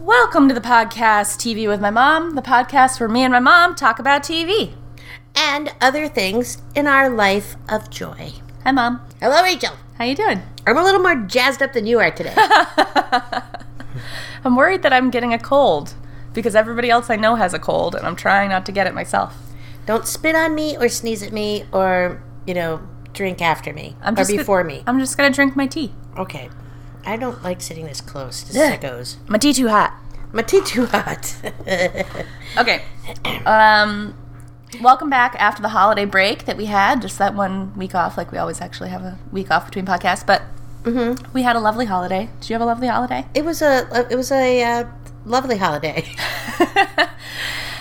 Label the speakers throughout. Speaker 1: Welcome to the podcast TV with my mom, the podcast where me and my mom talk about TV.
Speaker 2: and other things in our life of joy.
Speaker 1: Hi mom.
Speaker 2: Hello, Rachel.
Speaker 1: How you doing?
Speaker 2: I'm a little more jazzed up than you are today.
Speaker 1: I'm worried that I'm getting a cold because everybody else I know has a cold and I'm trying not to get it myself.
Speaker 2: Don't spit on me or sneeze at me or, you know, drink after me
Speaker 1: I'm
Speaker 2: or
Speaker 1: gonna-
Speaker 2: before me.
Speaker 1: I'm just going to drink my tea.
Speaker 2: Okay. I don't like sitting this close to
Speaker 1: Yeah.
Speaker 2: sickos.
Speaker 1: My tea too hot.
Speaker 2: My tea too hot.
Speaker 1: Okay. Um welcome back after the holiday break that we had, just that one week off like we always actually have a week off between podcasts, but we had a lovely holiday. Did you have a lovely holiday?
Speaker 2: it was a it was a uh, lovely holiday.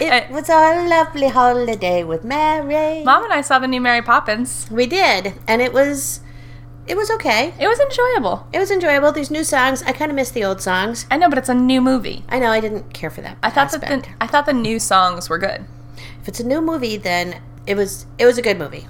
Speaker 2: It
Speaker 1: I-
Speaker 2: was a lovely holiday with Mary.
Speaker 1: Mom and I saw the new Mary Poppins.
Speaker 2: We did, and it was it was okay.
Speaker 1: It was enjoyable.
Speaker 2: It was enjoyable. There's new songs. I kind of miss the old songs.
Speaker 1: I know, but it's a new movie.
Speaker 2: I know I didn't care for that.
Speaker 1: I thought
Speaker 2: aspect.
Speaker 1: that the, I thought the new songs were good.
Speaker 2: if it's a new movie, then it was it was a good movie.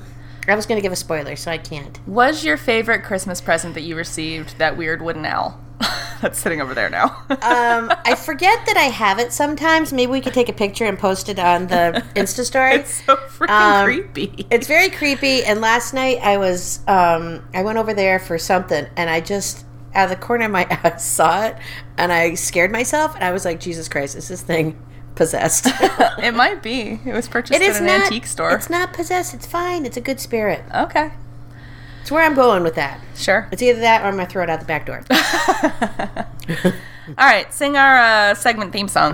Speaker 2: I was going to give a spoiler, so I can't.
Speaker 1: Was your favorite Christmas present that you received that weird wooden owl that's sitting over there now?
Speaker 2: Um, I forget that I have it sometimes. Maybe we could take a picture and post it on the Insta story.
Speaker 1: it's so freaking
Speaker 2: Um,
Speaker 1: creepy.
Speaker 2: It's very creepy. And last night I was, um, I went over there for something, and I just out of the corner of my eye saw it, and I scared myself, and I was like, Jesus Christ, is this thing possessed?
Speaker 1: it might be. It was purchased
Speaker 2: It
Speaker 1: at
Speaker 2: is
Speaker 1: an
Speaker 2: not.
Speaker 1: antique store.
Speaker 2: It's not possessed. It's fine. It's a good spirit.
Speaker 1: okay,
Speaker 2: It's where I'm going with that.
Speaker 1: sure.
Speaker 2: It's either that or I'm gonna throw it out the back door.
Speaker 1: All right, sing our uh, segment theme song.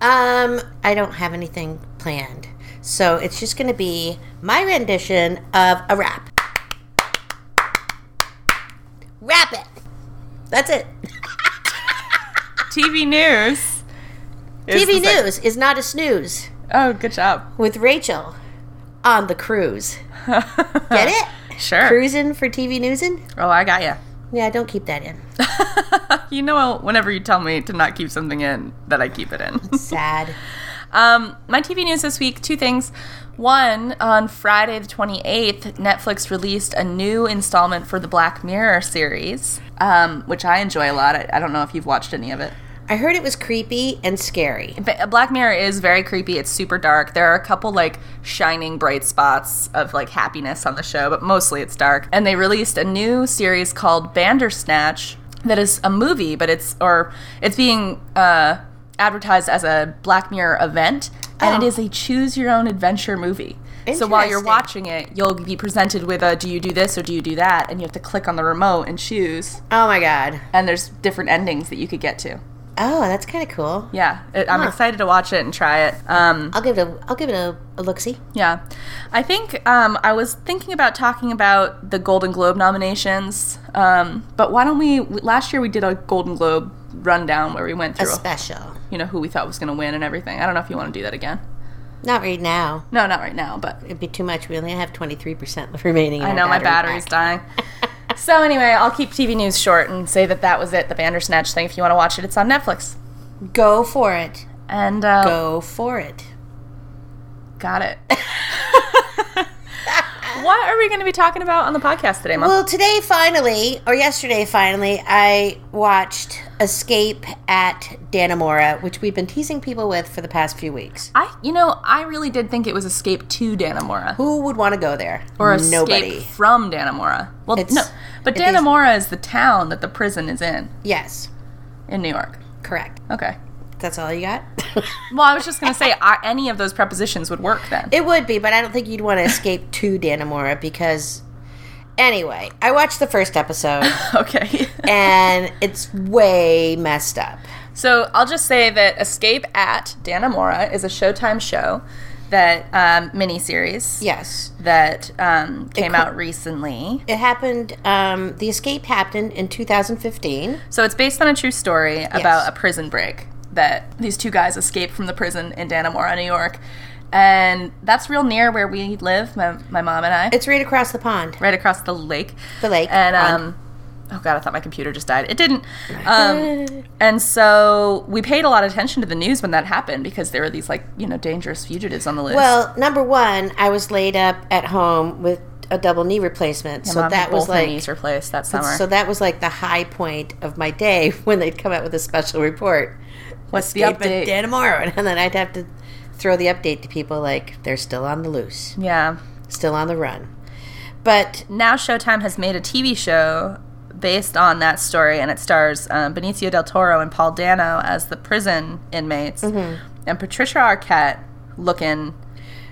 Speaker 2: Um, I don't have anything planned. So it's just going to be my rendition of a rap. Rap it. That's it.
Speaker 1: TV news. is
Speaker 2: TV
Speaker 1: the seg-
Speaker 2: news is not a snooze
Speaker 1: oh, good job.
Speaker 2: with Rachel on the cruise. Get it?
Speaker 1: Sure.
Speaker 2: Cruising for TV newsin?
Speaker 1: Oh, I got you.
Speaker 2: Yeah, don't keep that in.
Speaker 1: You know, whenever you tell me to not keep something in, that I keep it in.
Speaker 2: Sad.
Speaker 1: Um, my TV news this week, two things. One, on Friday the 28th, Netflix released a new installment for the Black Mirror series, um, which I enjoy a lot. I, I don't know if you've watched any of it.
Speaker 2: I heard it was creepy and scary.
Speaker 1: But uh, Black Mirror is very creepy. It's super dark. There are a couple, like, shining bright spots of, like, happiness on the show, but mostly it's dark. And they released a new series called Bandersnatch that is a movie, but it's, or it's being, uh, advertised as a Black Mirror event. And it
Speaker 2: Oh.
Speaker 1: is a choose your own adventure movie. So while you're
Speaker 2: Interesting.
Speaker 1: watching it, you'll be presented with a do you do this or do you do that? And you have to click on the remote and choose.
Speaker 2: Oh my god.
Speaker 1: And there's different endings that you could get to.
Speaker 2: Oh, that's kind of cool.
Speaker 1: Yeah, it, I'm
Speaker 2: Huh.
Speaker 1: excited to watch it and try it. Um,
Speaker 2: I'll give it a I'll give it a, a look see.
Speaker 1: yeah, I think um, I was thinking about talking about the Golden Globe nominations, um, but why don't we? Last year we did a Golden Globe rundown where we went
Speaker 2: A
Speaker 1: through,
Speaker 2: special.
Speaker 1: you know, who we thought was going to win and everything. I don't know if you want to do that again.
Speaker 2: Not right now.
Speaker 1: No, not right now, but
Speaker 2: It'd be too much. We only have 23% remaining. in
Speaker 1: I
Speaker 2: our
Speaker 1: know my
Speaker 2: battery
Speaker 1: battery's
Speaker 2: pack.
Speaker 1: dying. so anyway, I'll keep TV news short and say that that was it. The Bandersnatch thing. If you want to watch it, it's on Netflix.
Speaker 2: Go for it.
Speaker 1: And uh,
Speaker 2: Go for it.
Speaker 1: got it. what are we going to be talking about on the podcast today, Mom?
Speaker 2: Well, today finally, or yesterday finally, I watched Escape at Danamora, which we've been teasing people with for the past few weeks.
Speaker 1: I, you know, I really did think it was Escape to Danamora
Speaker 2: Who would want to go there?
Speaker 1: or Escape
Speaker 2: Nobody.
Speaker 1: from Danamora. Well,
Speaker 2: It's-
Speaker 1: no, but
Speaker 2: it is-
Speaker 1: Danamora is the town that the prison is in
Speaker 2: Yes,
Speaker 1: in New York.
Speaker 2: correct.
Speaker 1: Okay.
Speaker 2: That's all you got?
Speaker 1: Well, I was just gonna say I, any of those prepositions would work then.
Speaker 2: it would be, but I don't think you'd want to escape to Danamora because. Anyway, I watched the first episode
Speaker 1: okay.
Speaker 2: and it's way messed up.
Speaker 1: So I'll just say that Escape at Danamora is a Showtime show that um, miniseries
Speaker 2: Yes.
Speaker 1: that um, came
Speaker 2: co-
Speaker 1: out recently.
Speaker 2: It happened. Um, the escape happened in 2015.
Speaker 1: So it's based on a true story about a prison break that these two guys escape from the prison in Dannemora, New York. And that's real near where we live, my, my mom and I,
Speaker 2: It's right across the pond.
Speaker 1: right across the lake.
Speaker 2: The lake.
Speaker 1: And,
Speaker 2: pond.
Speaker 1: um, oh God, I thought my computer just died. It didn't. Um, and so we paid a lot of attention to the news when that happened because there were these, like, you know, dangerous fugitives on the list.
Speaker 2: well, number one, I was laid up at home with a double knee replacement, so
Speaker 1: Mom had
Speaker 2: that was
Speaker 1: both her
Speaker 2: like.
Speaker 1: knees replaced that summer.
Speaker 2: So that was like the high point of my day when they'd come out with a special report
Speaker 1: What's the
Speaker 2: escape
Speaker 1: update?
Speaker 2: it day tomorrow, and then I'd have to throw the update to people like they're still on the loose,
Speaker 1: Yeah.
Speaker 2: still on the run. But
Speaker 1: Now Showtime has made a TV show based on that story, and it stars um, Benicio del Toro and Paul Dano as the prison inmates,
Speaker 2: Mm-hmm.
Speaker 1: and Patricia Arquette looking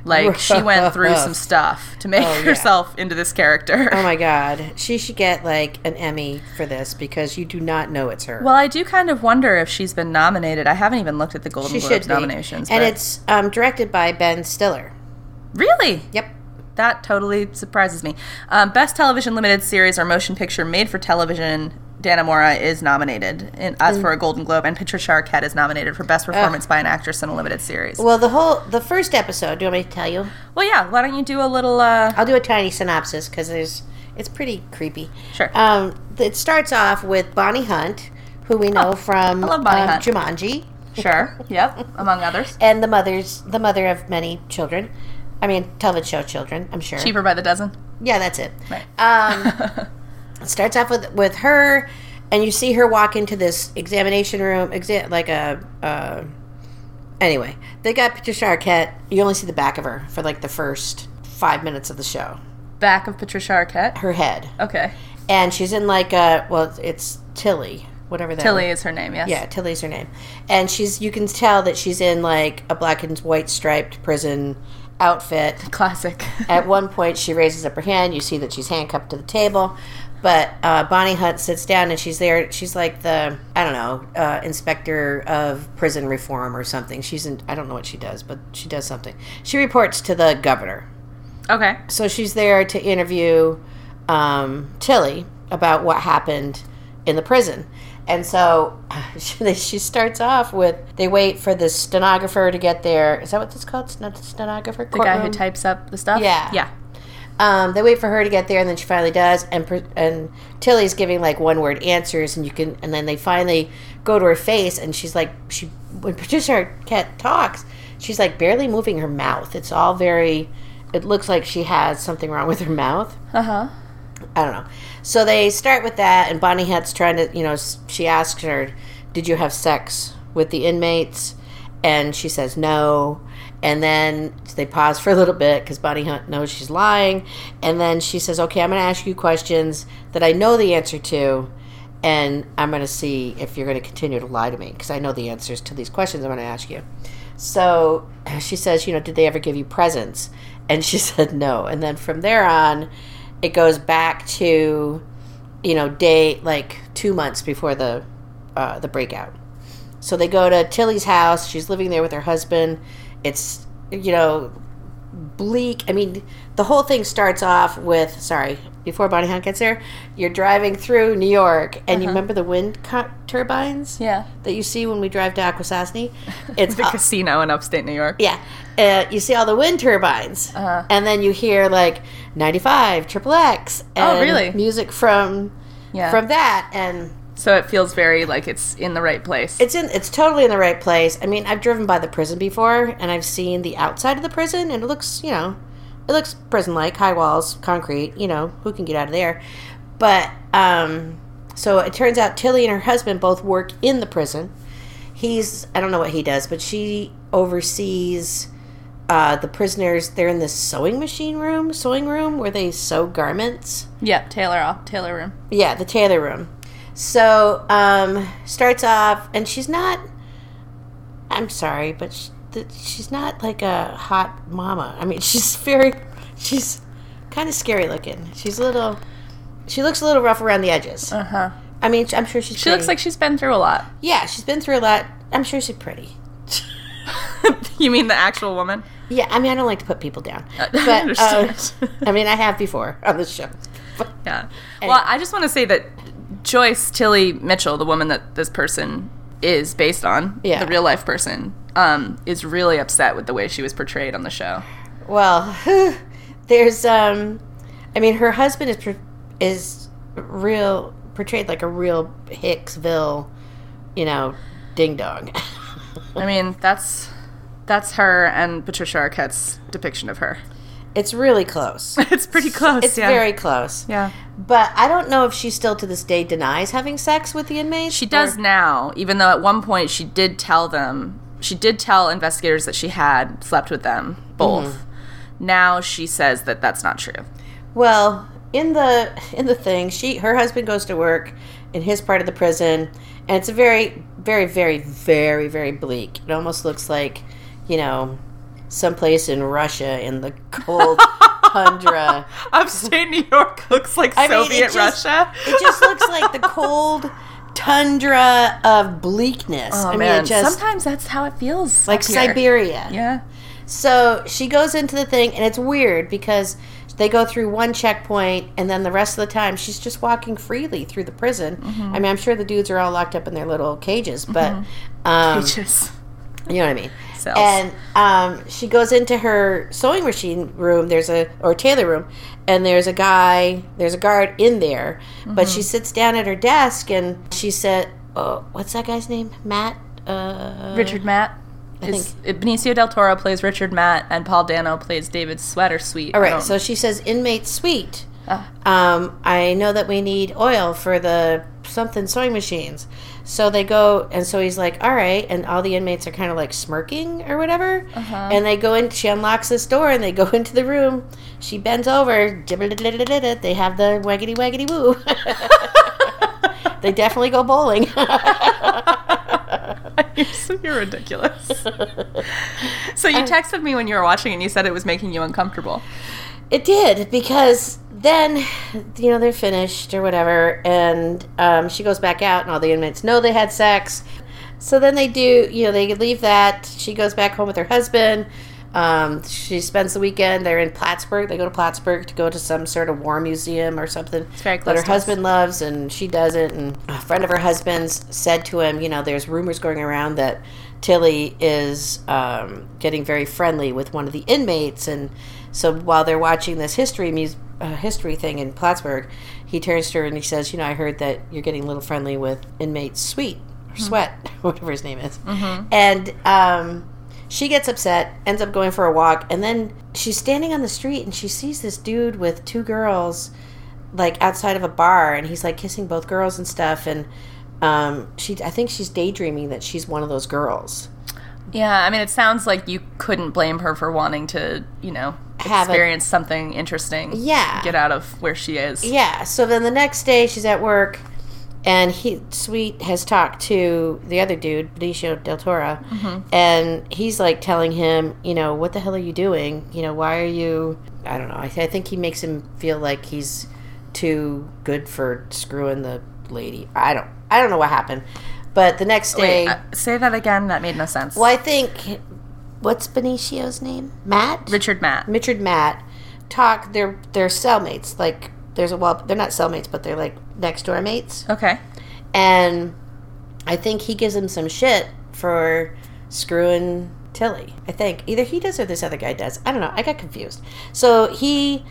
Speaker 1: like she went through some stuff to make
Speaker 2: Oh, yeah.
Speaker 1: herself into this character.
Speaker 2: oh my god, she should get like an Emmy for this because you do not know it's her.
Speaker 1: Well, I do kind of wonder if she's been nominated. I haven't even looked at the Golden
Speaker 2: she should
Speaker 1: Globes
Speaker 2: be.
Speaker 1: nominations.
Speaker 2: and
Speaker 1: but-
Speaker 2: it's um, directed by Ben Stiller.
Speaker 1: really
Speaker 2: Yep.
Speaker 1: that totally surprises me. Um, Best Television Limited Series or Motion Picture Made for Television. Dana Mora is nominated in,
Speaker 2: Mm.
Speaker 1: as for a Golden Globe, and Patricia Arquette is nominated for Best Performance by an Actress in a Limited Series. Well,
Speaker 2: Uh. Well, the whole the first episode. Do you want me to tell you?
Speaker 1: yeah. Why don't you do a little? Uh,
Speaker 2: I'll do a tiny synopsis because there's it's pretty creepy.
Speaker 1: Sure.
Speaker 2: Um, it starts off with Bonnie Hunt, who we know from
Speaker 1: Oh, I love Bonnie
Speaker 2: um,
Speaker 1: Hunt.
Speaker 2: Jumanji,
Speaker 1: sure. Yep. Among others,
Speaker 2: and the mother's the mother of many children. I mean, television show children. I'm sure.
Speaker 1: cheaper by the dozen.
Speaker 2: Yeah, that's it.
Speaker 1: Right.
Speaker 2: Um, it starts off with with her, and you see her walk into this examination room, exa- like a. Uh, anyway, they got Patricia Arquette. You only see the back of her for like the first five minutes of the show.
Speaker 1: Back of Patricia Arquette.
Speaker 2: Her head,
Speaker 1: Okay.
Speaker 2: and she's in like a well, it's Tilly, whatever that
Speaker 1: Tilly is her name. Yes.
Speaker 2: Yeah, Tilly's her name, and she's you can tell that she's in like a black and white striped prison outfit.
Speaker 1: Classic.
Speaker 2: At one point, she raises up her hand. You see that she's handcuffed to the table, but uh, Bonnie Hunt sits down and she's there. She's like the I don't know uh, inspector of prison reform or something. She's in, I don't know what she does, but she does something. She reports to the governor,
Speaker 1: okay.
Speaker 2: so she's there to interview um, Tilly about what happened in the prison. And so she, she starts off with they wait for the stenographer to get there. Is that what this called? Sten- Stenographer?
Speaker 1: The guy who types up the stuff.
Speaker 2: Yeah.
Speaker 1: Yeah.
Speaker 2: Um, they wait for her to get there, and then she finally does. And pr- and Tilly's giving like one word answers, and you can. And then they finally go to her face, and she's like, she when Patricia Arquette talks, she's like barely moving her mouth. It's all very. It looks like she has something wrong with her mouth.
Speaker 1: Uh huh.
Speaker 2: I don't know. So they start with that, and Bonnie Hunt's trying to, you know, s- she asks her, "Did you have sex with the inmates?" And she says no. And then they pause for a little bit because Bonnie Hunt knows she's lying. And then she says, "Okay, I'm going to ask you questions that I know the answer to, and I'm going to see if you're going to continue to lie to me because I know the answers to these questions I'm going to ask you." So she says, you know, did they ever give you presents? And she said no. And then from there on, it goes back to, you know, day like two months before the uh, the breakout. So they go to Tilly's house. She's living there with her husband. It's you know bleak. I mean, the whole thing starts off with sorry before Bonnie Hunt gets there. You're driving through New York, and you remember the wind co- turbines
Speaker 1: Uh-huh. Yeah.
Speaker 2: that you see when we drive to Akwesasne. It's
Speaker 1: The casino in upstate New York.
Speaker 2: yeah. Uh, you see all the wind turbines,
Speaker 1: Uh-huh.
Speaker 2: and then you hear like "95," "Triple X,"
Speaker 1: Oh,
Speaker 2: and
Speaker 1: really?
Speaker 2: music from
Speaker 1: Yeah.
Speaker 2: from that, and
Speaker 1: so it feels very like it's in the right place.
Speaker 2: it's in it's totally in the right place. I mean, I've driven by the prison before, and I've seen the outside of the prison, and it looks you know, it looks prison like high walls, concrete. You know, who can get out of there? But um, so it turns out Tilly and her husband both work in the prison. He's I don't know what he does, but she oversees uh, the prisoners. They're in this sewing machine room, sewing room where they sew garments.
Speaker 1: yep. Taylor off. Taylor room.
Speaker 2: Yeah, the Taylor room. So, um, starts off, and she's not. I'm sorry, but sh th she's not like a hot mama. I mean, she's very. She's kind of scary looking. She's a little. She looks a little rough around the edges.
Speaker 1: Uh huh.
Speaker 2: I mean, I'm sure she's.
Speaker 1: She looks like she's been through a lot.
Speaker 2: Yeah, she's been through a lot. I'm sure she's pretty.
Speaker 1: you mean the actual woman?
Speaker 2: Yeah, I mean, I don't like to put people down. But,
Speaker 1: I understand.
Speaker 2: uh, I mean, I have before on the show. But,
Speaker 1: yeah. Well, I just want to say that Joyce Tilly Mitchell, the woman that this person is based on,
Speaker 2: Yeah.
Speaker 1: the real life person, um, is really upset with the way she was portrayed on the show.
Speaker 2: Well, there's um I mean her husband is per- is real portrayed like a real Hicksville, you know, ding dong.
Speaker 1: I mean, that's that's her and Patricia Arquette's depiction of her.
Speaker 2: It's really close.
Speaker 1: It's pretty close.
Speaker 2: It's
Speaker 1: yeah.
Speaker 2: very close.
Speaker 1: Yeah.
Speaker 2: But I don't know if she still to this day denies having sex with the inmates.
Speaker 1: She does now, even though at one point she did tell them, she did tell investigators that she had slept with them both. Now she says that that's not true.
Speaker 2: Well, in the in the thing, she her husband goes to work in his part of the prison, and it's a very, very, very, very, very bleak. It almost looks like, you know, someplace in Russia in the cold tundra.
Speaker 1: Upstate New York looks like
Speaker 2: I mean, it
Speaker 1: Soviet
Speaker 2: just-
Speaker 1: Russia.
Speaker 2: It just looks like the cold tundra of bleakness.
Speaker 1: oh
Speaker 2: I mean,
Speaker 1: man,
Speaker 2: it just
Speaker 1: sometimes that's how it feels.
Speaker 2: like
Speaker 1: up here.
Speaker 2: Siberia.
Speaker 1: Yeah.
Speaker 2: So she goes into the thing, and it's weird because they go through one checkpoint, and then the rest of the time she's just walking freely through the prison.
Speaker 1: Mm-hmm.
Speaker 2: I mean, I'm sure the dudes are all locked up in their little cages, but um,
Speaker 1: Just-
Speaker 2: you know what I mean.
Speaker 1: Mm-hmm. Cells.
Speaker 2: And um, she goes into her sewing machine room. There's a or tailor room, and there's a guy. There's a guard in there, but
Speaker 1: Mm-hmm.
Speaker 2: she sits down at her desk, and she said, "Oh, what's that guy's name? Matt." Uh,
Speaker 1: Richard Matt. is- Benicio del Toro plays Richard Matt, and Paul Dano plays David Sweater Sweet.
Speaker 2: All right. So she says, "Inmate suite."
Speaker 1: Ah.
Speaker 2: Um, I know that we need oil for the something sewing machines. So they go, and so he's like, "All right," and all the inmates are kind of like smirking or whatever. And they go in. She unlocks this door, and they go into the room. She bends over. They have the waggity waggity woo. they definitely go bowling.
Speaker 1: you're, so- you're ridiculous. so you texted me when you were watching, and you said it was making you uncomfortable.
Speaker 2: It did because then, you know, they're finished or whatever, and um, she goes back out, and all the inmates know they had sex. So then they do, you know, they leave that. She goes back home with her husband. Um, she spends the weekend. They're in Plattsburgh. They go to Plattsburgh to go to some sort of war museum or something
Speaker 1: very
Speaker 2: that
Speaker 1: close to
Speaker 2: her
Speaker 1: us.
Speaker 2: husband loves and she doesn't. And a friend of her husband's said to him, you know, there's rumors going around that Tilly is um, getting very friendly with one of the inmates. And so while they're watching this history muse- uh, history thing in Plattsburgh, he turns to her and he says, you know, I heard that you're getting a little friendly with inmate Sweet or Sweat, whatever his name is. And um, she gets upset, ends up going for a walk, and then she's standing on the street and she sees this dude with two girls like outside of a bar and he's like kissing both girls and stuff and um, she I think she's daydreaming that she's one of those girls.
Speaker 1: Yeah, I mean, it sounds like you couldn't blame her for wanting to, you know,
Speaker 2: Have a-
Speaker 1: experience something interesting.
Speaker 2: Yeah.
Speaker 1: Get out of where she is.
Speaker 2: Yeah, so then the next day she's at work and he Sweet has talked to the other dude, Benicio del Toro, and he's like telling him, you know, what the hell are you doing? You know, why are you I don't know. I, I think he makes him feel like he's too good for screwing the lady. I don't I don't know what happened. But the next day
Speaker 1: Wait, uh, say that again. That made no sense.
Speaker 2: Well, I think what's Benicio's name? Matt.
Speaker 1: Richard Matt.
Speaker 2: Richard Matt talk. They're they're cellmates. Like there's a well, they're not cellmates, but they're like next door mates.
Speaker 1: Okay.
Speaker 2: And I think he gives him some shit for screwing Tilly. I think either he does or this other guy does. I don't know. I got confused. So he.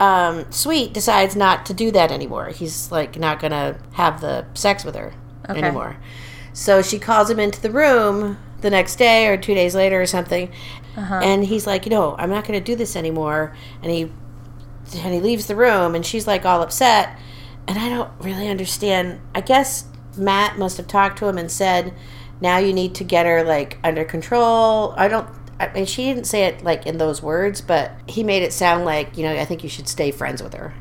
Speaker 2: Um, Sweet decides not to do that anymore. He's like not gonna have the sex with her
Speaker 1: Okay.
Speaker 2: anymore. So she calls him into the room the next day or two days later or something, and he's like, "You know, I'm not going to do this anymore." And he and he leaves the room, and she's like all upset, and I don't really understand. I guess Matt must have talked to him and said, "Now you need to get her like under control." I don't. I mean, she didn't say it like in those words, but he made it sound like, you know, I think you should stay friends with her.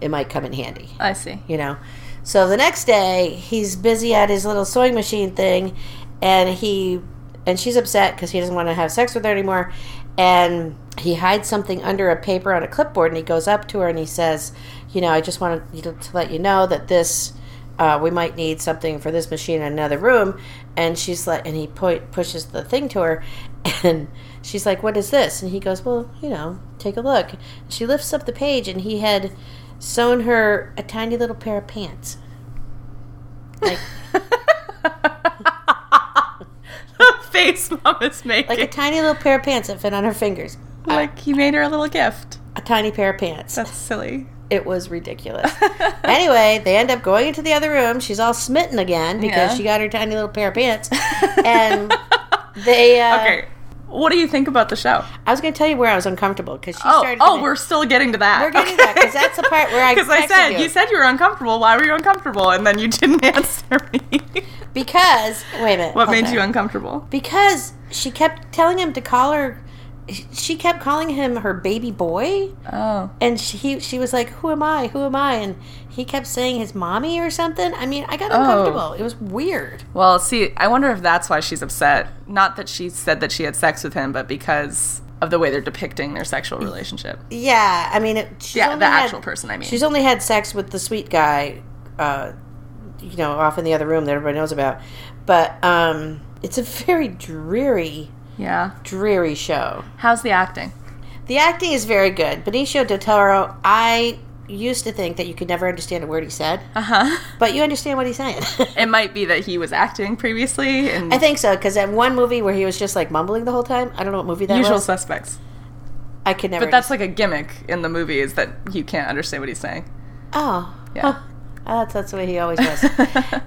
Speaker 2: It might come in handy
Speaker 1: I see.
Speaker 2: you know. So the next day, he's busy at his little sewing machine thing, and he and she's upset because he doesn't want to have sex with her anymore. And he hides something under a paper on a clipboard, and he goes up to her and he says, "You know, I just wanted to to let you know that this." Uh, we might need something for this machine in another room, and she's like, and he pu- pushes the thing to her, and she's like, "What is this?" And he goes, "Well, you know, take a look." She lifts up the page, and he had sewn her a tiny little pair of pants. Like
Speaker 1: The face mom is making.
Speaker 2: like a tiny little pair of pants that fit on her fingers.
Speaker 1: Like he made her a little gift.
Speaker 2: A tiny pair of pants.
Speaker 1: That's silly.
Speaker 2: It was ridiculous. anyway, they end up going into the other room. She's all smitten again because
Speaker 1: Yeah.
Speaker 2: she got her tiny little pair of pants. And they uh
Speaker 1: okay. What do you think about the show?
Speaker 2: I was going to tell you where I was uncomfortable because she
Speaker 1: Oh,
Speaker 2: started.
Speaker 1: oh,
Speaker 2: to-
Speaker 1: we're still getting to that.
Speaker 2: we're getting to that because that's the part where I
Speaker 1: Because I
Speaker 2: texted
Speaker 1: said you. said you were uncomfortable. Why were you uncomfortable? And then you didn't answer me.
Speaker 2: because wait a minute.
Speaker 1: what
Speaker 2: hold
Speaker 1: made
Speaker 2: on.
Speaker 1: you uncomfortable?
Speaker 2: Because she kept telling him to call her. She kept calling him her baby boy,
Speaker 1: Oh,
Speaker 2: and she she was like, "Who am I? Who am I?" And he kept saying his mommy or something. I mean, I got
Speaker 1: Oh.
Speaker 2: uncomfortable. It was weird.
Speaker 1: well, see, I wonder if that's why she's upset. Not that she said that she had sex with him, but because of the way they're depicting their sexual relationship.
Speaker 2: Yeah, I mean, it, she's
Speaker 1: Yeah,
Speaker 2: only
Speaker 1: the
Speaker 2: had-
Speaker 1: actual person. I mean,
Speaker 2: She's only had sex with the sweet guy, uh, you know, off in the other room that everybody knows about. But um, it's a very dreary,
Speaker 1: yeah.
Speaker 2: dreary show.
Speaker 1: How's the acting?
Speaker 2: The acting is very good. Benicio del Toro, I used to think that you could never understand a word he said,
Speaker 1: Uh huh.
Speaker 2: but you understand what he's saying.
Speaker 1: It might be that he was acting previously in
Speaker 2: I think so because that one movie where he was just like mumbling the whole time. I don't know what movie that
Speaker 1: Usual
Speaker 2: was.
Speaker 1: Suspects,
Speaker 2: I could never.
Speaker 1: but that's like a gimmick in the movie is that you can't understand what he's saying.
Speaker 2: oh,
Speaker 1: Yeah.
Speaker 2: Huh. Oh, that's that's the way he always was.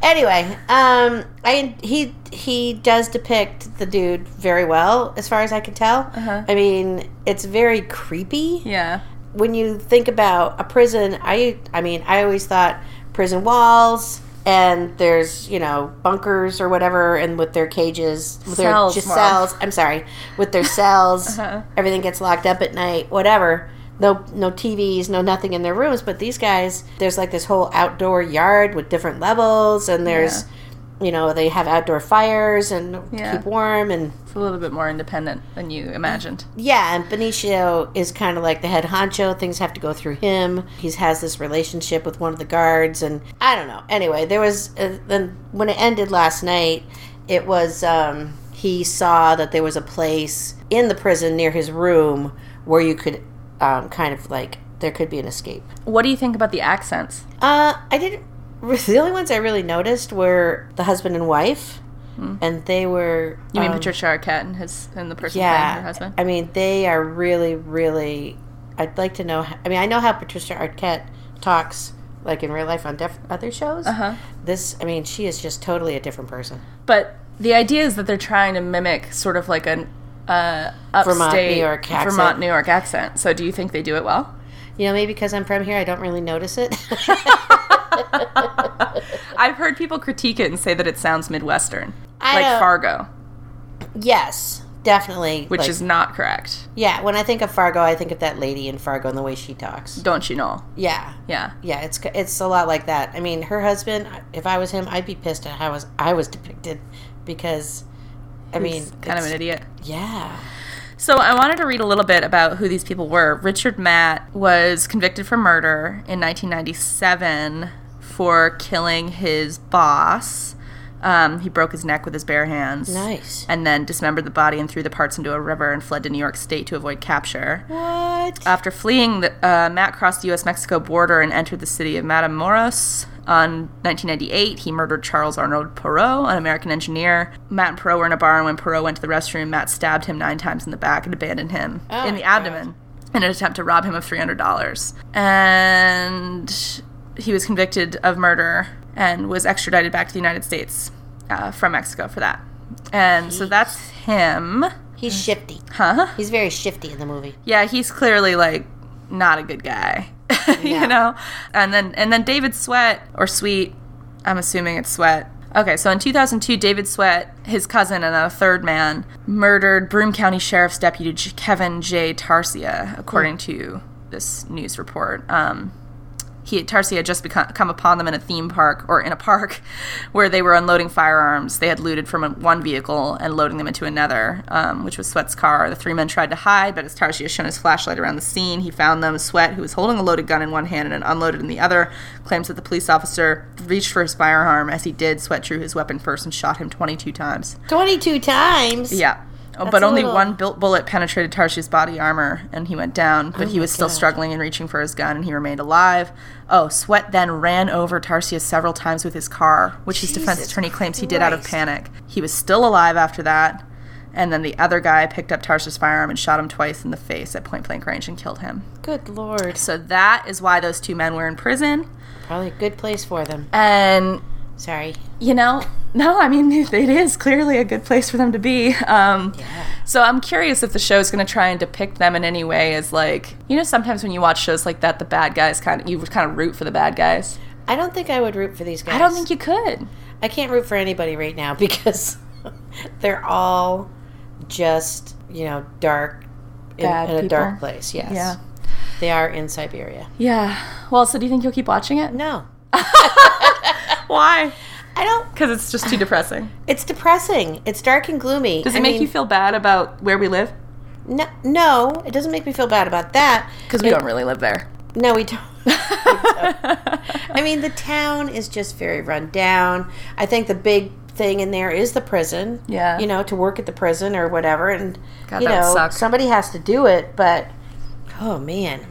Speaker 2: anyway, um, I he he does depict the dude very well, as far as I can tell.
Speaker 1: Uh-huh.
Speaker 2: I mean, it's very creepy
Speaker 1: yeah.
Speaker 2: when you think about a prison. I I mean, I always thought prison walls and there's you know bunkers or whatever, and with their cages, with
Speaker 1: Cells,
Speaker 2: their just
Speaker 1: Mom.
Speaker 2: cells. I'm sorry, with their cells,
Speaker 1: Uh-huh.
Speaker 2: everything gets locked up at night, whatever. No, no TVs, no nothing in their rooms. But these guys, there's like this whole outdoor yard with different levels, and there's, you know, they have outdoor fires and
Speaker 1: Yeah.
Speaker 2: keep warm, and
Speaker 1: It's a little bit more independent than you imagined.
Speaker 2: yeah, and Benicio is kind of like the head honcho. Things have to go through him. He has this relationship with one of the guards, and I don't know. Anyway, there was uh, then when it ended last night, it was um, he saw that there was a place in the prison near his room where you could um, kind of like there could be an escape.
Speaker 1: What do you think about the accents?
Speaker 2: Uh, I didn't. The only ones I really noticed were the husband and wife, and they were.
Speaker 1: Hmm. You mean
Speaker 2: um,
Speaker 1: Patricia Arquette and his and the person playing her husband?
Speaker 2: I mean, they are really, really. I'd like to know. I mean, I know how Patricia Arquette talks, like in real life on def- other shows.
Speaker 1: Uh huh.
Speaker 2: This, I mean, she is just totally a different person.
Speaker 1: But the idea is that they're trying to mimic sort of like an uh, upstate
Speaker 2: Vermont, New York accent.
Speaker 1: Vermont, New York accent. So do you think they do it well?
Speaker 2: You know, maybe because I'm from here, I don't really notice it.
Speaker 1: I've heard people critique it and say that it sounds Midwestern,
Speaker 2: I
Speaker 1: like
Speaker 2: don't-
Speaker 1: Fargo,
Speaker 2: yes, definitely.
Speaker 1: which
Speaker 2: like-
Speaker 1: is not correct.
Speaker 2: yeah. When I think of Fargo, I think of that lady in Fargo and the way she talks.
Speaker 1: Don't you know?
Speaker 2: Yeah,
Speaker 1: Yeah.
Speaker 2: yeah. It's it's a lot like that. I mean, her husband. If I was him, I'd be pissed at how was I was depicted because. I mean,
Speaker 1: He's kind of an
Speaker 2: it's-
Speaker 1: idiot.
Speaker 2: yeah.
Speaker 1: So I wanted to read a little bit about who these people were. Richard Matt was convicted for murder in 1997 for killing his boss. Um, he broke his neck with his bare hands.
Speaker 2: Nice.
Speaker 1: And then dismembered the body and threw the parts into a river and fled to New York State to avoid capture.
Speaker 2: What?
Speaker 1: After fleeing, the, uh, Matt crossed the U.S. Mexico border and entered the city of Matamoros. On 1998, he murdered Charles Arnold Perot, an American engineer. Matt and Perot were in a bar, and when Perot went to the restroom, Matt stabbed him nine times in the back and abandoned him
Speaker 2: Oh
Speaker 1: in
Speaker 2: my
Speaker 1: the abdomen in an attempt to rob him of $300. And he was convicted of murder and was extradited back to the United States uh, from Mexico for that. And so that's him.
Speaker 2: He's shifty.
Speaker 1: Huh?
Speaker 2: He's very shifty in the movie.
Speaker 1: yeah, he's clearly like not a good guy,
Speaker 2: Yeah.
Speaker 1: you know. And then and then David Sweat or Sweet, I'm assuming it's Sweat. Okay, so in 2002, David Sweat, his cousin, and a third man murdered Broome County Sheriff's Deputy J- Kevin J. Tarsia, according to this news report. Um, he Tarsi had just become, come upon them in a theme park or in a park where they were unloading firearms they had looted from one vehicle and loading them into another, um, which was Sweat's car. The three men tried to hide, but as Tarsi has shown his flashlight around the scene, he found them. Sweat, who was holding a loaded gun in one hand and an unloaded in the other, claims that the police officer reached for his firearm. As he did, Sweat drew his weapon first and shot him 22 times.
Speaker 2: 22 times?
Speaker 1: Yeah. Oh,
Speaker 2: That's
Speaker 1: but
Speaker 2: a
Speaker 1: only
Speaker 2: little-
Speaker 1: one built bullet penetrated Tarshi's body armor, and he went down. But he was still
Speaker 2: Oh God.
Speaker 1: struggling and reaching for his gun, and he remained alive. Oh, Sweat then ran over Tarsia several times with his car, which his defense
Speaker 2: Jesus
Speaker 1: attorney claims he did out of
Speaker 2: Christ.
Speaker 1: panic. He was still alive after that, and then the other guy picked up Tarsia's firearm and shot him twice in the face at point blank range and killed him.
Speaker 2: Good lord.
Speaker 1: So that is why those two men were in prison.
Speaker 2: Probably a good place for them.
Speaker 1: And
Speaker 2: Sorry.
Speaker 1: you know, no, I mean, it is clearly a good place for them to be. Um, So I'm curious if the show is going to try and depict them in any way as like, you know, sometimes when you watch shows like that, the bad guys kind of, you would kind of root for the bad guys.
Speaker 2: I don't think I would root for these guys.
Speaker 1: I don't think you could.
Speaker 2: I can't root for anybody right now because they're all just you know dark in,
Speaker 1: Bad
Speaker 2: in a
Speaker 1: people.
Speaker 2: dark place. Yes.
Speaker 1: Yeah.
Speaker 2: They are in Siberia.
Speaker 1: Yeah. Well, so do you think you'll keep watching it?
Speaker 2: No,
Speaker 1: Why?
Speaker 2: I don't.
Speaker 1: Because it's just too depressing.
Speaker 2: It's depressing. It's dark and gloomy.
Speaker 1: Does it
Speaker 2: I
Speaker 1: make
Speaker 2: mean,
Speaker 1: you feel bad about where we live?
Speaker 2: No, no, it doesn't make me feel bad about that.
Speaker 1: Because we don't really live there.
Speaker 2: No, we don't. I mean, the town is just very run down. I think the big thing in there is the prison.
Speaker 1: Yeah.
Speaker 2: You know, to work at the prison or whatever. And,
Speaker 1: God,
Speaker 2: you
Speaker 1: that would
Speaker 2: know,
Speaker 1: suck.
Speaker 2: somebody has to do it. But, oh, man.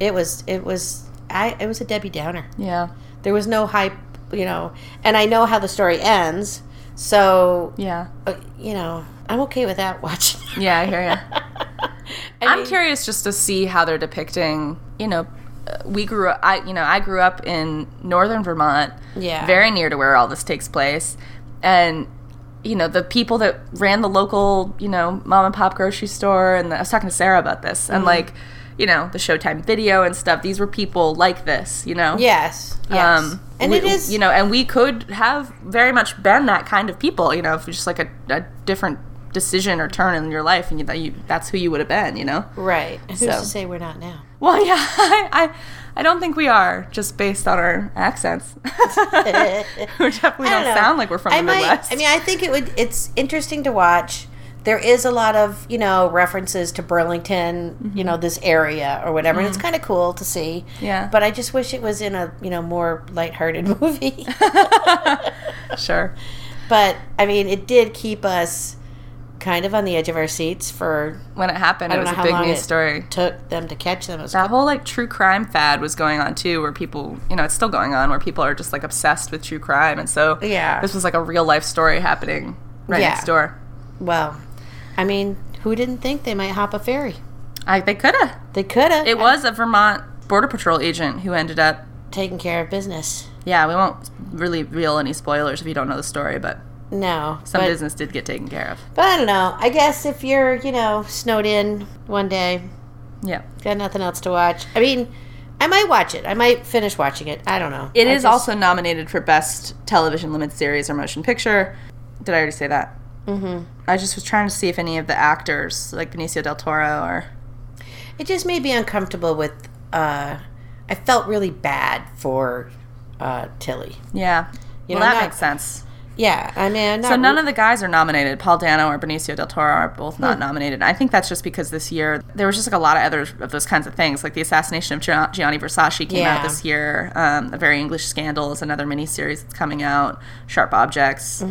Speaker 2: It was, it was, I, it was a Debbie Downer.
Speaker 1: yeah.
Speaker 2: There was no hype, you know. And I know how the story ends. So,
Speaker 1: Yeah.
Speaker 2: uh, you know, I'm okay with that watching.
Speaker 1: Yeah, I hear you.
Speaker 2: I
Speaker 1: I'm
Speaker 2: mean,
Speaker 1: curious just to see how they're depicting, you know, uh, we grew up, I, you know, I grew up in northern Vermont,
Speaker 2: Yeah.
Speaker 1: very near to where all this takes place. And, you know, the people that ran the local, you know, mom and pop grocery store, and the, I was talking to Sarah about this,
Speaker 2: Mm-hmm.
Speaker 1: and like, you know, the Showtime video and stuff, these were people like this, you know?
Speaker 2: Yes. Yes. and
Speaker 1: Um, we-
Speaker 2: it is,
Speaker 1: you know, and we could have very much been that kind of people, you know, if just like a, a different decision or turn in your life, and you, that you that's who you would have been, you know.
Speaker 2: Right. And who's
Speaker 1: So-
Speaker 2: to say we're not now?
Speaker 1: Well, yeah, I, I, I don't think we are just based on our accents. we definitely
Speaker 2: I
Speaker 1: don't,
Speaker 2: know.
Speaker 1: sound like we're from the
Speaker 2: I might-
Speaker 1: Midwest.
Speaker 2: I mean, I think it would. It's interesting to watch. There is a lot of you know references to Burlington, you know this area or whatever, and it's kind of cool to see.
Speaker 1: Mm-hmm. Yeah.
Speaker 2: But I just wish it was in a you know more lighthearted movie.
Speaker 1: sure.
Speaker 2: but I mean, it did keep us kind of on the edge of our seats for
Speaker 1: When it happened, it
Speaker 2: don't
Speaker 1: was
Speaker 2: know
Speaker 1: a
Speaker 2: how
Speaker 1: big
Speaker 2: long
Speaker 1: news
Speaker 2: it-
Speaker 1: story.
Speaker 2: took them to catch them. It was
Speaker 1: That whole like true crime fad was going on too, where people, you know, it's still going on, where people are just like obsessed with true crime, and so
Speaker 2: Yeah.
Speaker 1: this was like a real life story happening right
Speaker 2: Yeah.
Speaker 1: next door.
Speaker 2: well, I mean, who didn't think they might hop a ferry?
Speaker 1: I, they could have.
Speaker 2: They could have
Speaker 1: It was a Vermont Border Patrol agent who ended up.
Speaker 2: taken care of business.
Speaker 1: Yeah, we won't really reveal any spoilers if you don't know the story, but
Speaker 2: No,
Speaker 1: some
Speaker 2: but-
Speaker 1: business did get taken care of.
Speaker 2: But I don't know. I guess if you're, you know, snowed in one day,
Speaker 1: Yeah.
Speaker 2: got nothing else to watch. I mean, I might watch it. I might finish watching it. I don't know.
Speaker 1: It is
Speaker 2: I just-
Speaker 1: also nominated for Best Television Limited Series or Motion Picture. Did I already say that? Mm-hmm. I just was trying to see if any of the actors, like Benicio del Toro or.
Speaker 2: It just made me uncomfortable with. uh I felt really bad for uh Tilly.
Speaker 1: Yeah.
Speaker 2: You
Speaker 1: well,
Speaker 2: know,
Speaker 1: that
Speaker 2: not-
Speaker 1: makes sense.
Speaker 2: Yeah, I mean, I'm not
Speaker 1: So none of the guys are nominated. Paul Dano or Benicio del Toro are both not
Speaker 2: Hmm.
Speaker 1: nominated. I think that's just because this year there was just like a lot of other of those kinds of things. Like the assassination of Gian- Gianni Versace came out
Speaker 2: Yeah.
Speaker 1: this year. Um, a Very English Scandal is another miniseries that's coming out. Sharp Objects.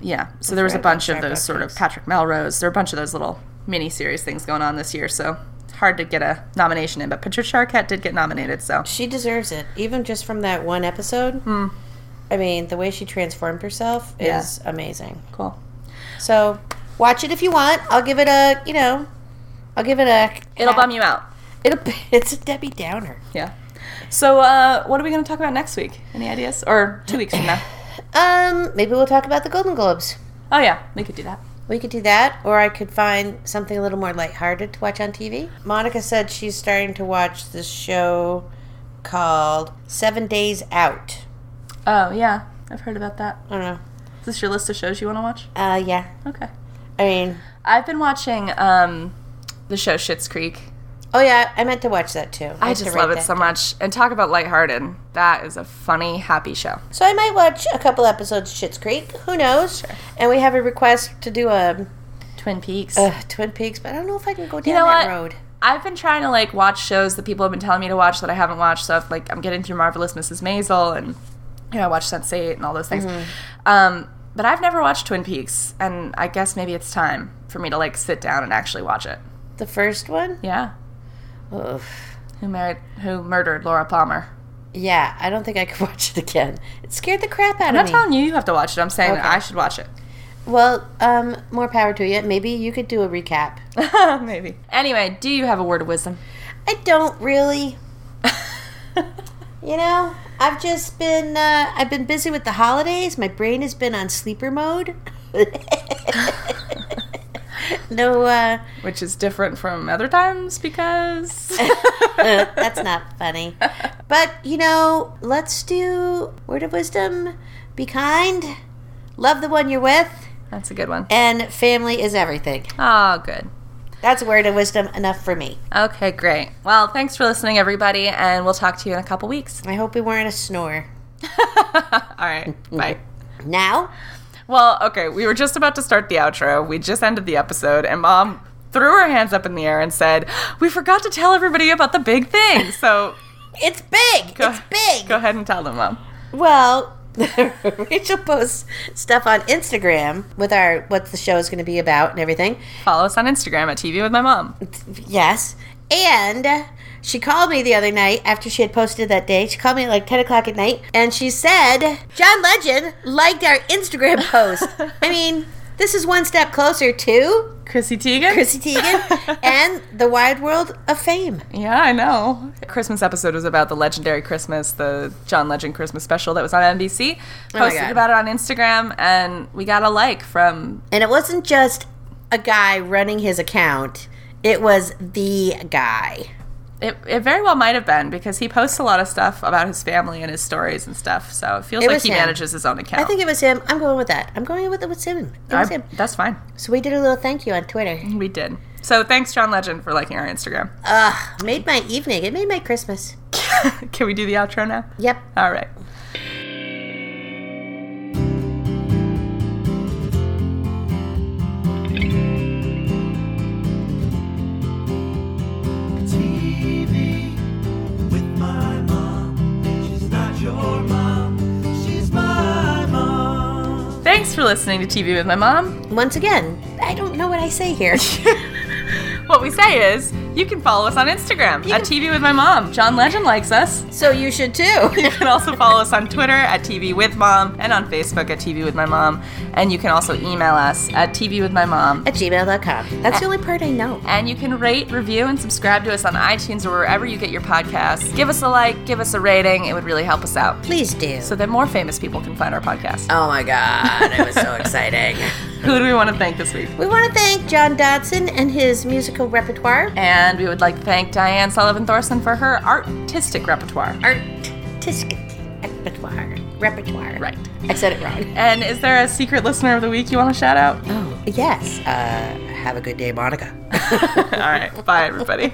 Speaker 1: Yeah. So there was a
Speaker 2: Mm-hmm. right, about
Speaker 1: bunch of
Speaker 2: Sharp
Speaker 1: those sort of
Speaker 2: Objects.
Speaker 1: Patrick Melrose. There are a bunch of those little miniseries things going on this year. So it's hard to get a nomination in. But Patricia Arquette did get nominated. So
Speaker 2: she deserves it, even just from that one episode. I mean, the way she transformed herself
Speaker 1: Hmm. Yeah.
Speaker 2: is amazing.
Speaker 1: cool.
Speaker 2: So watch it if you want. I'll give it a, you know, I'll give it a.
Speaker 1: It'll bum you out.
Speaker 2: It'll, it's a Debbie Downer.
Speaker 1: Yeah. So, uh, what are we going to talk about next week? Any ideas? Or two weeks from now?
Speaker 2: Um, maybe we'll talk about the Golden Globes.
Speaker 1: Oh, yeah, we could do that.
Speaker 2: We could do that, or I could find something a little more lighthearted to watch on TV. Monica said she's starting to watch this show called Seven Days Out.
Speaker 1: Oh, yeah, I've heard about that.
Speaker 2: I don't know.
Speaker 1: Is this your list of shows you want to watch?
Speaker 2: Uh, yeah.
Speaker 1: Okay.
Speaker 2: I mean,
Speaker 1: I've been watching um, the show Schitt's Creek.
Speaker 2: oh yeah, I meant to watch that too.
Speaker 1: I
Speaker 2: have to
Speaker 1: just
Speaker 2: write
Speaker 1: love it
Speaker 2: that.
Speaker 1: so much. And talk about lighthearted. That is a funny, happy show.
Speaker 2: So I might watch a couple episodes of Schitt's Creek. Who knows? And we have a request to do a
Speaker 1: Twin Peaks.
Speaker 2: uh, Twin Peaks, but I don't know if I can go down
Speaker 1: know what?
Speaker 2: that road.
Speaker 1: I've been trying to like watch shows that people have been telling me to watch that I haven't watched. So if, like I'm getting through Marvelous Mrs. Maisel and you know I watch Sense Eight and all those things.
Speaker 2: Mm-hmm.
Speaker 1: Um, but I've never watched Twin Peaks, and I guess maybe it's time for me to like sit down and actually watch it.
Speaker 2: The first one.
Speaker 1: Yeah,
Speaker 2: Ugh.
Speaker 1: who married who murdered Laura Palmer?
Speaker 2: Yeah, I don't think I could watch it again. It scared the crap
Speaker 1: I'm
Speaker 2: out of
Speaker 1: not
Speaker 2: me.
Speaker 1: telling you you have to watch it. I'm saying that
Speaker 2: Okay.
Speaker 1: I should watch it.
Speaker 2: Well, um, more power to you. Maybe you could do a recap.
Speaker 1: Maybe. Anyway, do you have a word of wisdom?
Speaker 2: I don't really. You know, I've just been uh, I've been busy with the holidays. My brain has been on sleeper mode. no, uh,
Speaker 1: Which is different from other times because
Speaker 2: Uh, that's not funny. But you know, let's do word of wisdom: be kind, love the one you're with,
Speaker 1: that's a good one.
Speaker 2: and family is everything.
Speaker 1: Oh, good.
Speaker 2: That's word of wisdom enough for me.
Speaker 1: Okay, great. Well, thanks for listening, everybody, and we'll talk to you in a couple weeks.
Speaker 2: I hope we weren't a snore.
Speaker 1: All right,
Speaker 2: Mm-hmm.
Speaker 1: bye.
Speaker 2: Now,
Speaker 1: Well, okay, we were just about to start the outro. We just ended the episode, and mom threw her hands up in the air and said, We forgot to tell everybody about the big thing. So
Speaker 2: it's big.
Speaker 1: go,
Speaker 2: it's big.
Speaker 1: Go ahead and tell them, mom.
Speaker 2: Well, Rachel posts stuff on Instagram with our what the show is going to be about and everything.
Speaker 1: Follow us on Instagram at TV with my mom.
Speaker 2: Yes. And she called me the other night after she had posted that day. She called me at like 10 o'clock at night and she said, John Legend liked our Instagram post. I mean, this is one step closer to
Speaker 1: Chrissy Teigen?
Speaker 2: Chrissy Teigen and the wide world of fame.
Speaker 1: Yeah, I know. Christmas episode was about the legendary Christmas, the John Legend Christmas special that was on NBC.
Speaker 2: Oh my
Speaker 1: Posted
Speaker 2: God.
Speaker 1: about it on Instagram, and we got a like from
Speaker 2: And it wasn't just a guy running his account, it was the guy.
Speaker 1: It, it very well might have been because he posts a lot of stuff about his family and his stories and stuff. So it feels
Speaker 2: It
Speaker 1: like
Speaker 2: was
Speaker 1: he
Speaker 2: him.
Speaker 1: manages his own account.
Speaker 2: I think it was him. I'm going with that. I'm going with it was him. It was
Speaker 1: I-
Speaker 2: him.
Speaker 1: that's fine.
Speaker 2: So we did a little thank you on Twitter.
Speaker 1: We did. So thanks, John Legend, for liking our Instagram.
Speaker 2: Ugh, made my evening. It made my Christmas.
Speaker 1: Can we do the outro now?
Speaker 2: Yep.
Speaker 1: All right.
Speaker 3: TV with my mom. She's not your mom, she's my mom.
Speaker 1: Thanks for listening to TV with my mom.
Speaker 2: Once again, I don't know what I say here.
Speaker 1: What we say is you can follow us on Instagram at TV with my mom. John Legend likes us.
Speaker 2: so you should too.
Speaker 1: You can also follow us on Twitter at TV with mom and on Facebook at TV with my mom. And you can also email us at TV with my mom.
Speaker 2: At gmail.com. That's the only part I know.
Speaker 1: And you can rate, review, and subscribe to us on iTunes or wherever you get your podcasts. Give us a like, give us a rating. It would really help us out
Speaker 2: Please do.
Speaker 1: so that more famous people can find our podcast.
Speaker 2: oh my God. It was so exciting.
Speaker 1: Who do we want to thank this week?
Speaker 2: We want to thank John Dodson and his musical repertoire.
Speaker 1: And we would like to thank Diane Sullivan Thorson for her artistic repertoire.
Speaker 2: Artistic repertoire. Repertoire.
Speaker 1: Right.
Speaker 2: I said it wrong.
Speaker 1: And is there a secret listener of the week you want to shout out?
Speaker 2: Oh. Yes. Uh, have a good day, Monica.
Speaker 1: All right. Bye, everybody.